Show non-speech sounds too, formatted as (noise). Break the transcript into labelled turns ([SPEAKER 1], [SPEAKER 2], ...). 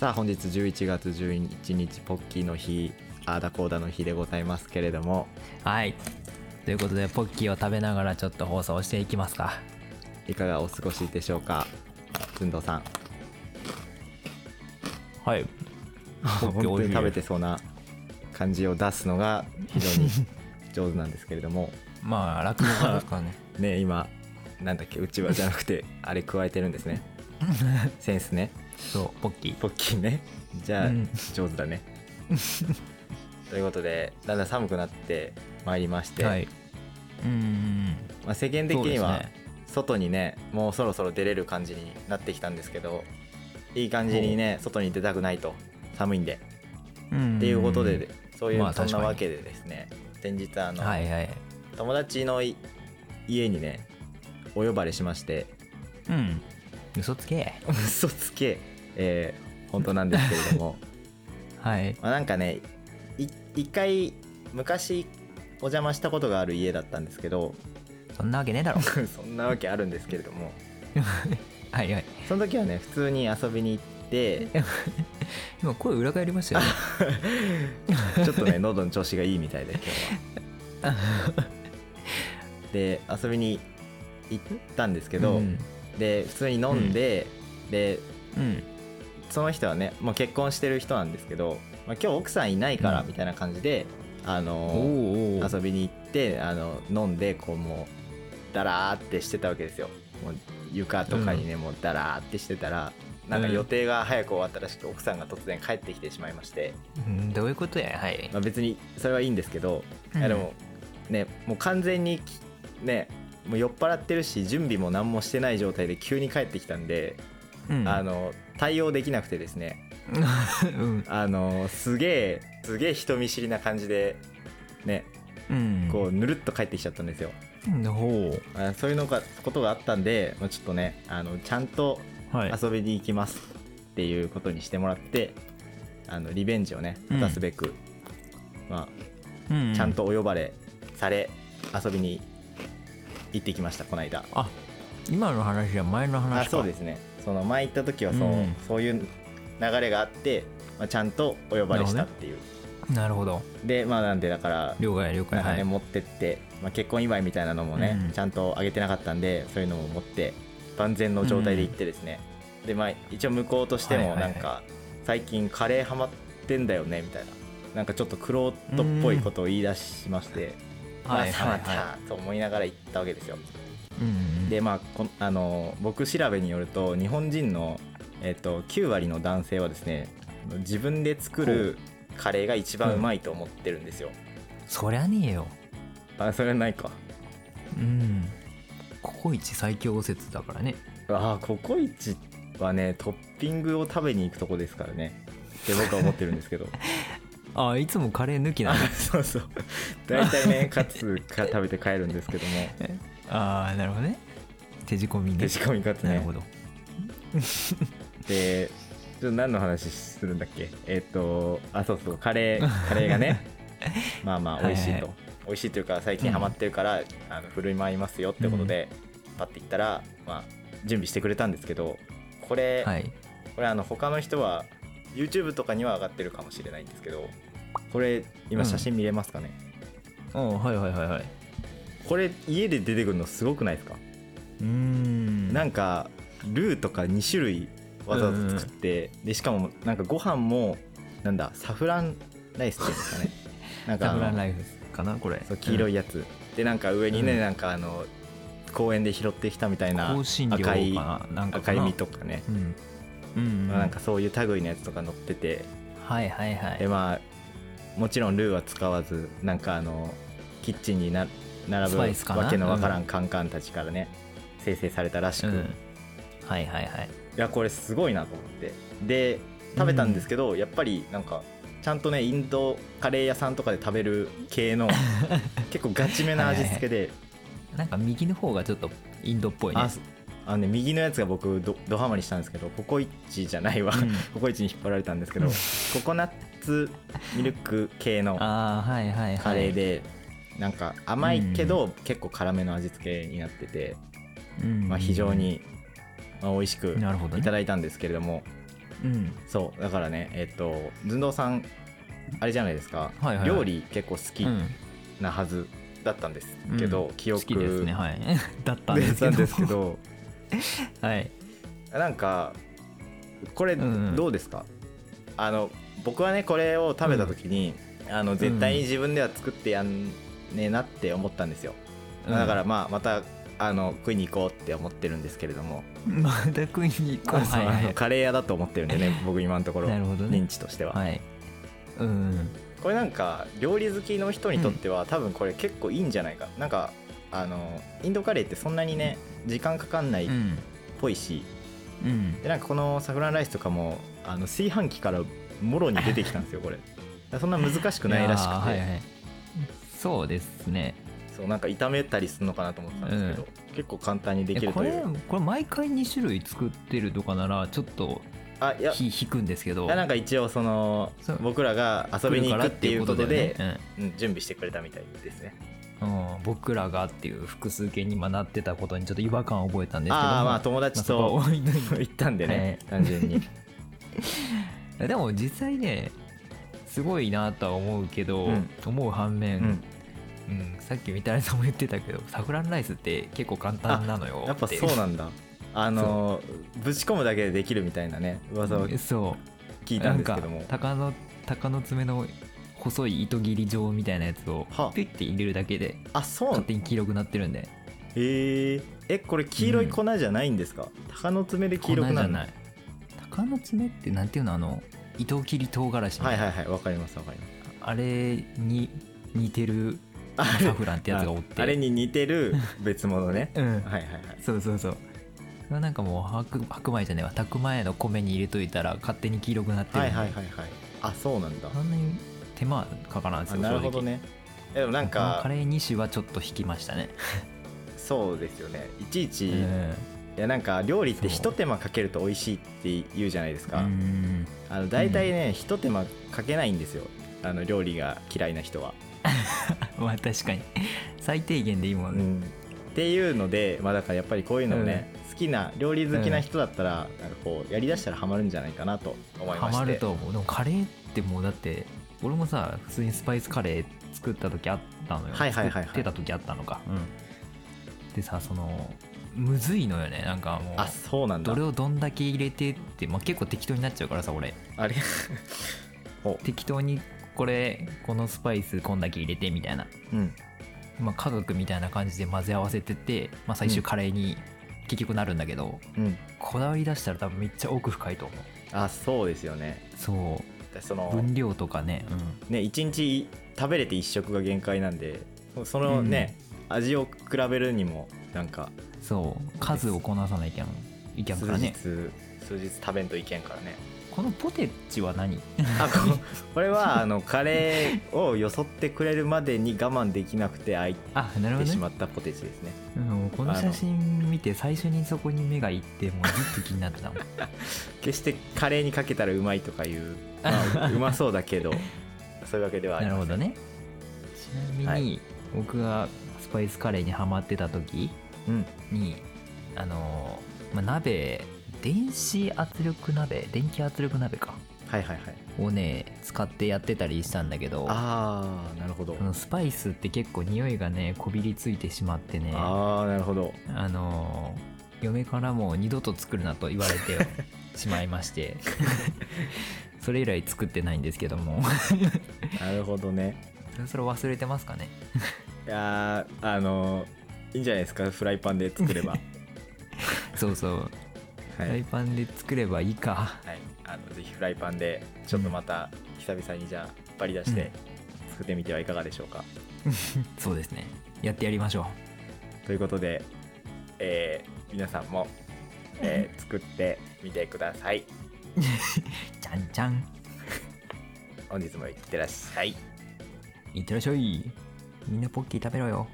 [SPEAKER 1] さあ本日11月11日ポッキーの日あーだこーだの日でございますけれども
[SPEAKER 2] はいということでポッキーを食べながらちょっと放送していきますか
[SPEAKER 1] いかがお過ごしでしょうかずんどうさん
[SPEAKER 2] はい
[SPEAKER 1] 本
[SPEAKER 2] ッキ
[SPEAKER 1] 当
[SPEAKER 2] ー美味しい
[SPEAKER 1] に
[SPEAKER 2] ね
[SPEAKER 1] 食べてそうな感じを出すのが非常
[SPEAKER 2] (laughs)
[SPEAKER 1] に上手なんですけれども
[SPEAKER 2] まあ落語家ですか
[SPEAKER 1] (laughs)
[SPEAKER 2] らね
[SPEAKER 1] ね今なんだっけうちわじゃなくてあれ加えてるんです
[SPEAKER 2] (laughs)
[SPEAKER 1] ねセンスね
[SPEAKER 2] そうポッキー
[SPEAKER 1] ポッキーねじゃあ、
[SPEAKER 2] うん
[SPEAKER 1] 上手だ
[SPEAKER 2] (laughs)
[SPEAKER 1] ねということでだんだん寒くなってまいりまして、
[SPEAKER 2] はいうんうん
[SPEAKER 1] まあ、世間
[SPEAKER 2] うん
[SPEAKER 1] 的に
[SPEAKER 2] そう
[SPEAKER 1] は
[SPEAKER 2] ですね
[SPEAKER 1] 外にねもうそろそろ出れる感じになってきたんですけどいい感じにね外に出たくないと寒いんで
[SPEAKER 2] うんうんうん
[SPEAKER 1] っていうことで、そういう、
[SPEAKER 2] まあ
[SPEAKER 1] そん
[SPEAKER 2] 確
[SPEAKER 1] な
[SPEAKER 2] かに
[SPEAKER 1] わけでですね先日あの、
[SPEAKER 2] はいはい
[SPEAKER 1] 友達のい家にねお呼ばれしまして (laughs)
[SPEAKER 2] うん嘘つけ
[SPEAKER 1] 嘘つけ、えー本当なんですけれど
[SPEAKER 2] (laughs)
[SPEAKER 1] も
[SPEAKER 2] はい
[SPEAKER 1] まあなんかねい一回昔お邪魔したことがある家だったんですけど (laughs)
[SPEAKER 2] そんなわけねえだろ
[SPEAKER 1] そんなわけあるんですけれども
[SPEAKER 2] はいはい
[SPEAKER 1] その時はね普通に遊びに行って
[SPEAKER 2] 今声裏返りましたよね
[SPEAKER 1] (laughs) ちょっとね喉の調子がいいみたいで今日
[SPEAKER 2] (laughs)
[SPEAKER 1] は。で遊びに行ったんですけど、
[SPEAKER 2] うん
[SPEAKER 1] で普通に飲んで、で
[SPEAKER 2] うん
[SPEAKER 1] その人はねもう結婚してる人なんですけど、まあ、今日奥さんいないから
[SPEAKER 2] うん
[SPEAKER 1] みたいな感じで、あ
[SPEAKER 2] お
[SPEAKER 1] の
[SPEAKER 2] うおう
[SPEAKER 1] 遊びに行ってあの飲んでこうもうダラーってしてたわけですよもう床とかにね、もうダラーってしてたらなんか予定が早く終わったらしく奥さんが突然帰ってきてしまいまして、
[SPEAKER 2] うんどういうことやはい
[SPEAKER 1] まあ、別にそれはいいんですけど、いやでもねもう完全にきねもう酔っ払ってるし準備も何もしてない状態で急に帰ってきたんで、
[SPEAKER 2] うん
[SPEAKER 1] あの対応できなくてですね
[SPEAKER 2] うん
[SPEAKER 1] あのすげえすげえ人見知りな感じでね
[SPEAKER 2] うん
[SPEAKER 1] こうぬるっと帰ってきちゃったんですよ、
[SPEAKER 2] うんほ
[SPEAKER 1] あそういうのがことがあったんで、まあ、ちょっとねあのちゃんと
[SPEAKER 2] うはい
[SPEAKER 1] 遊びに行きますっていうことにしてもらってあのリベンジをね果たすべく、ま
[SPEAKER 2] う
[SPEAKER 1] あ、ちゃんとお呼ばれされ遊びに行ってきましたこの間
[SPEAKER 2] あ今の話は前の話か
[SPEAKER 1] あそうですねその前行った時はそう,、
[SPEAKER 2] うん
[SPEAKER 1] そういう流れがあって、まあ、ちゃんとお呼ばれしたっていう、
[SPEAKER 2] なるほど
[SPEAKER 1] でまあなんでだから
[SPEAKER 2] 了解了解
[SPEAKER 1] なんか
[SPEAKER 2] は
[SPEAKER 1] ね、
[SPEAKER 2] い
[SPEAKER 1] 持ってって、まあ、結婚祝いみたいなのもね、
[SPEAKER 2] うん
[SPEAKER 1] ちゃんとあげてなかったんでそういうのも持って万全の状態で行ってですね、でまあ一応向こうとして
[SPEAKER 2] はい
[SPEAKER 1] も
[SPEAKER 2] はい
[SPEAKER 1] な
[SPEAKER 2] はい
[SPEAKER 1] んか、最近カレーハマってんだよねみたいななんかちょっとクロートっぽいことを言い出しまして、まあさまたと思いながら行ったわけですよ、
[SPEAKER 2] いうんうん
[SPEAKER 1] でまあこあの僕調べによると日本人の、えっと9割の男性はですね自分で作るカレーが一番うまいと思ってるんですよ、
[SPEAKER 2] そりゃねえよ
[SPEAKER 1] あそれはないか
[SPEAKER 2] うんココイチ最強説だからね
[SPEAKER 1] あーココイチはねトッピングを食べに行くとこですからねって僕は思ってるんですけど
[SPEAKER 2] あいつもカレー抜き
[SPEAKER 1] (laughs)
[SPEAKER 2] な
[SPEAKER 1] あ
[SPEAKER 2] の
[SPEAKER 1] (laughs) そうそう大体ねカツか食べて帰るんです (laughs) けども
[SPEAKER 2] ああなるほどね手仕込み
[SPEAKER 1] 手
[SPEAKER 2] ね
[SPEAKER 1] 仕込みカツ
[SPEAKER 2] なる
[SPEAKER 1] ね
[SPEAKER 2] ほど
[SPEAKER 1] でちょっと何の話するんだっけえっ、とあそうそうカレ
[SPEAKER 2] (laughs)
[SPEAKER 1] ーカレーがねまあまあ美味しいと、
[SPEAKER 2] は
[SPEAKER 1] 美味しいというか最近ハマってるから、あの振る舞いますよってことで、パッて行ったら、まあ、準備してくれたんですけどこれ、
[SPEAKER 2] はい
[SPEAKER 1] これあの他の人は YouTube とかには上がってるかもしれないんですけどこれ今写真見れますかね、
[SPEAKER 2] おはいはいはいはい
[SPEAKER 1] これ家で出てくるのすごくないですか、
[SPEAKER 2] うん
[SPEAKER 1] なんんかルーとか2種類わざわざ作って、でしかもなんかご飯もなんだサフランライスっていうん
[SPEAKER 2] (laughs)
[SPEAKER 1] ですかねなんか
[SPEAKER 2] サ
[SPEAKER 1] あ
[SPEAKER 2] フラン
[SPEAKER 1] の
[SPEAKER 2] ライフかなこれ
[SPEAKER 1] そう黄色いやつ、でなんか上にね、
[SPEAKER 2] うん
[SPEAKER 1] なんかあの公園で拾ってきたみたいな
[SPEAKER 2] 香辛料か
[SPEAKER 1] 赤い
[SPEAKER 2] ななんかか
[SPEAKER 1] 赤
[SPEAKER 2] な
[SPEAKER 1] 実
[SPEAKER 2] い
[SPEAKER 1] とかね、
[SPEAKER 2] うんうん
[SPEAKER 1] まあなんかそういう類のやつとか乗ってて
[SPEAKER 2] はいはいは
[SPEAKER 1] で
[SPEAKER 2] い
[SPEAKER 1] まあもちろんルーは使わずなんかあのキッチンにな並
[SPEAKER 2] ス
[SPEAKER 1] ぶ
[SPEAKER 2] パイスかな
[SPEAKER 1] わけのわからんカンカンたちからね、生成されたらしく、
[SPEAKER 2] う
[SPEAKER 1] い
[SPEAKER 2] んはいはいはい
[SPEAKER 1] やこれすごいなと思ってで食べたんですけど、やっぱりなんかちゃんとねインドカレー屋さんとかで食べる系
[SPEAKER 2] (laughs)
[SPEAKER 1] の結構ガチめな味付けで、
[SPEAKER 2] なんか右の方がちょっとインドっぽいね
[SPEAKER 1] あすあのね右のやつが僕どドハマりしたんですけどココイチじゃないわ、
[SPEAKER 2] うん
[SPEAKER 1] (laughs) ココイチに引っ張られたんですけど
[SPEAKER 2] うん
[SPEAKER 1] ココナッツミルク系の
[SPEAKER 2] あーはいはいはい
[SPEAKER 1] カレーで、なんか甘いけど結構辛めの味付けになってて、
[SPEAKER 2] うん
[SPEAKER 1] まあ、非常に、まあ、美味しく
[SPEAKER 2] なるほどね
[SPEAKER 1] いただいたんですけれども、
[SPEAKER 2] うん
[SPEAKER 1] そうだからねえっと寸胴さんあれじゃないですか、
[SPEAKER 2] はいはいはい
[SPEAKER 1] 料理結構好き
[SPEAKER 2] うん
[SPEAKER 1] なはずだったんですけど、記
[SPEAKER 2] 好
[SPEAKER 1] 憶
[SPEAKER 2] きですねはい (laughs) だったん
[SPEAKER 1] で
[SPEAKER 2] ですす
[SPEAKER 1] (laughs)
[SPEAKER 2] け
[SPEAKER 1] け
[SPEAKER 2] ど
[SPEAKER 1] どですけ
[SPEAKER 2] (laughs)
[SPEAKER 1] ど
[SPEAKER 2] はい
[SPEAKER 1] なんかこれ
[SPEAKER 2] うんうん
[SPEAKER 1] どうですか、あの僕はねこれを食べた時に、あの絶対に自分では作ってやんねえなって思ったんですよ、だからまあまたあの食いに行こうって思ってるんですけれども、
[SPEAKER 2] うんまだ国に行こう
[SPEAKER 1] そ
[SPEAKER 2] は
[SPEAKER 1] う
[SPEAKER 2] い
[SPEAKER 1] (laughs) あ
[SPEAKER 2] は
[SPEAKER 1] の
[SPEAKER 2] い
[SPEAKER 1] カレー屋だと思ってるんでね僕今のところ
[SPEAKER 2] なるほどね
[SPEAKER 1] 認知としては、
[SPEAKER 2] はいうん
[SPEAKER 1] これなんか料理好きの人にとっては、多分これ結構いいんじゃないかなんかあのインドカレーってそんなにね時間かかんな
[SPEAKER 2] う
[SPEAKER 1] いっ
[SPEAKER 2] ん
[SPEAKER 1] ぽいし、
[SPEAKER 2] うん
[SPEAKER 1] でなんかこのサフランライスとかもあの炊飯器からもろに出てきたんですよこれだからそんな難しくないらしくて、
[SPEAKER 2] やーはいはいそうですね
[SPEAKER 1] そうなんか炒めたりするのかなと思ってたんですけど、結構簡単にでき
[SPEAKER 2] え
[SPEAKER 1] る
[SPEAKER 2] こと
[SPEAKER 1] い
[SPEAKER 2] れ
[SPEAKER 1] う
[SPEAKER 2] これ毎回2種類作ってるとかならちょっと
[SPEAKER 1] あいや
[SPEAKER 2] ひ引くんですけど
[SPEAKER 1] いやなんか一応その
[SPEAKER 2] そう
[SPEAKER 1] 僕らが遊びに行くっていうこと
[SPEAKER 2] 来
[SPEAKER 1] で
[SPEAKER 2] るからっていうことだよね
[SPEAKER 1] うん準備してくれたみたいですね
[SPEAKER 2] うんうん僕らがっていう複数形に今なってたことにちょっと違和感を覚えたんですけども
[SPEAKER 1] ああまあ友達
[SPEAKER 2] まあそこ
[SPEAKER 1] と
[SPEAKER 2] は置いといて
[SPEAKER 1] 行ったんでね、
[SPEAKER 2] はい
[SPEAKER 1] 単純に
[SPEAKER 2] でも実際ねすごいなとは思うけど、
[SPEAKER 1] うん
[SPEAKER 2] (laughs) 思う反
[SPEAKER 1] う
[SPEAKER 2] 面、
[SPEAKER 1] ん
[SPEAKER 2] うんさっきみたらさんも言ってたけどサフランライスって結構簡単なのよ
[SPEAKER 1] やっぱ
[SPEAKER 2] て
[SPEAKER 1] そうなんだあのぶち込むだけでできるみたいなね噂を
[SPEAKER 2] (laughs) そう
[SPEAKER 1] 聞いたんですけども
[SPEAKER 2] なんか鷹の鷹の爪の細い糸切り状みたいなやつを
[SPEAKER 1] はあ
[SPEAKER 2] ピュッて入れるだけで
[SPEAKER 1] あそうなんだ
[SPEAKER 2] 勝手に黄色くなってるんで
[SPEAKER 1] へええこれ黄色い粉じゃないんですか、鷹の爪で黄色く
[SPEAKER 2] 粉じ
[SPEAKER 1] な
[SPEAKER 2] ゃ
[SPEAKER 1] るの
[SPEAKER 2] ない鷹の爪ってなんていうのあの糸切り唐辛子み
[SPEAKER 1] は
[SPEAKER 2] た
[SPEAKER 1] い
[SPEAKER 2] いな、
[SPEAKER 1] はいはいわかりますわかります
[SPEAKER 2] あれに似てる
[SPEAKER 1] あ
[SPEAKER 2] サフランってやつがおって
[SPEAKER 1] ああれに似てる別物ね
[SPEAKER 2] う
[SPEAKER 1] は
[SPEAKER 2] ん
[SPEAKER 1] い
[SPEAKER 2] (laughs)
[SPEAKER 1] はいはい
[SPEAKER 2] そうそうそうそれはなんかもう白白米じゃねえわ炊く前の米に入れといたら勝手に黄色くなってるん
[SPEAKER 1] はい
[SPEAKER 2] で
[SPEAKER 1] はいはいはいあそうなんだ
[SPEAKER 2] そんなに手間かからんです
[SPEAKER 1] あ
[SPEAKER 2] よ
[SPEAKER 1] なるほ
[SPEAKER 2] 正
[SPEAKER 1] ど
[SPEAKER 2] 直
[SPEAKER 1] ねえでもなん
[SPEAKER 2] このカ
[SPEAKER 1] か
[SPEAKER 2] レー2種はちょっと引きましたね、
[SPEAKER 1] そうですよねいちいち、い
[SPEAKER 2] え
[SPEAKER 1] やなんか料理ってひ
[SPEAKER 2] そ
[SPEAKER 1] と
[SPEAKER 2] う
[SPEAKER 1] 手間かけると美味しいって言うじゃないです
[SPEAKER 2] ーう
[SPEAKER 1] か、
[SPEAKER 2] ん
[SPEAKER 1] あの大体ね、ひと手間かけないんですよあの料理が嫌いな人は、
[SPEAKER 2] まあ確かに最低限でいいも
[SPEAKER 1] うん
[SPEAKER 2] ね、
[SPEAKER 1] っていうので、まあ、だからやっぱりこういうのをね、好きな料理好きな人だったら、なんかこうやりだしたらハマるんじゃないかなと思い
[SPEAKER 2] ハ
[SPEAKER 1] まして
[SPEAKER 2] マると思うでもカレーってもうだって俺もさ普通にスパイスカレー作った時あったのよ、
[SPEAKER 1] はいはいはいはい
[SPEAKER 2] 作ってた時あったのか、うんでさそのむずいのよねなんかもう
[SPEAKER 1] あそうなんだ
[SPEAKER 2] どれをどんだけ入れてって、まあ、結構適当になっちゃうからさ俺
[SPEAKER 1] あれ (laughs) ほ
[SPEAKER 2] 適当にこれこのスパイスこんだけ入れてみたいな、
[SPEAKER 1] ううん
[SPEAKER 2] まあ、家族みたいな感じで混ぜ合わせてって、まあ、最終カレーに結局なるんだけど、
[SPEAKER 1] うん
[SPEAKER 2] こだわり出したら多分めっちゃ奥深いと思う
[SPEAKER 1] あそうですよね
[SPEAKER 2] そう
[SPEAKER 1] その
[SPEAKER 2] 分量とかね、
[SPEAKER 1] ね一日食べれて一食が限界なんでそのね、味を比べるにもなんか
[SPEAKER 2] そう数をこなさないきゃいけんか
[SPEAKER 1] 数
[SPEAKER 2] ら
[SPEAKER 1] 日、
[SPEAKER 2] ね
[SPEAKER 1] 数日食べんといけんからね
[SPEAKER 2] このポテチは何
[SPEAKER 1] あここれはあのカレーをよそってくれるまでに我慢できなくて開い
[SPEAKER 2] あなるほ
[SPEAKER 1] て
[SPEAKER 2] ど
[SPEAKER 1] し
[SPEAKER 2] ね
[SPEAKER 1] まったポテチですね
[SPEAKER 2] うんこの写真見て最初にそこに目がいってもうずっと気になってたもん
[SPEAKER 1] 決してカレーにかけたらうまいとか (laughs) いう、まあ、うまそうだけどそういうわけではあり
[SPEAKER 2] なる
[SPEAKER 1] ませ
[SPEAKER 2] ほ
[SPEAKER 1] ん
[SPEAKER 2] どねちなみに、
[SPEAKER 1] はい
[SPEAKER 2] 僕がスパイスカレーにハマってた時
[SPEAKER 1] うん
[SPEAKER 2] にあのー、まあ、鍋電子圧力鍋電気圧力鍋か
[SPEAKER 1] はいはいはい
[SPEAKER 2] をね使ってやってたりしたんだけど
[SPEAKER 1] ああなるほど、
[SPEAKER 2] あのスパイスって結構匂いがねこびりついてしまってねあ
[SPEAKER 1] ああなるほど
[SPEAKER 2] のー嫁からもう二度と作るなと言われ
[SPEAKER 1] (laughs)
[SPEAKER 2] てしまいましてそれ以来作ってないんですけども
[SPEAKER 1] なるほどね
[SPEAKER 2] それ忘れてます
[SPEAKER 1] (laughs)
[SPEAKER 2] かね
[SPEAKER 1] いやーあのいいんじゃないですかフライパンで作れ (laughs) ば
[SPEAKER 2] そうそう、
[SPEAKER 1] は
[SPEAKER 2] フライ
[SPEAKER 1] い、
[SPEAKER 2] パンで作ればいいか
[SPEAKER 1] はい、あのぜひフライパンでちょっとまた久々にじゃあ引っ張り出して作ってみてはいかがでしょうか、
[SPEAKER 2] そうですねやってやりましょ
[SPEAKER 1] ということで、えー皆さんも、えー作ってみてください
[SPEAKER 2] うじゃんじゃん
[SPEAKER 1] 本日もいってらっしゃい
[SPEAKER 2] いってらっしゃいみんなポッキー食べろよ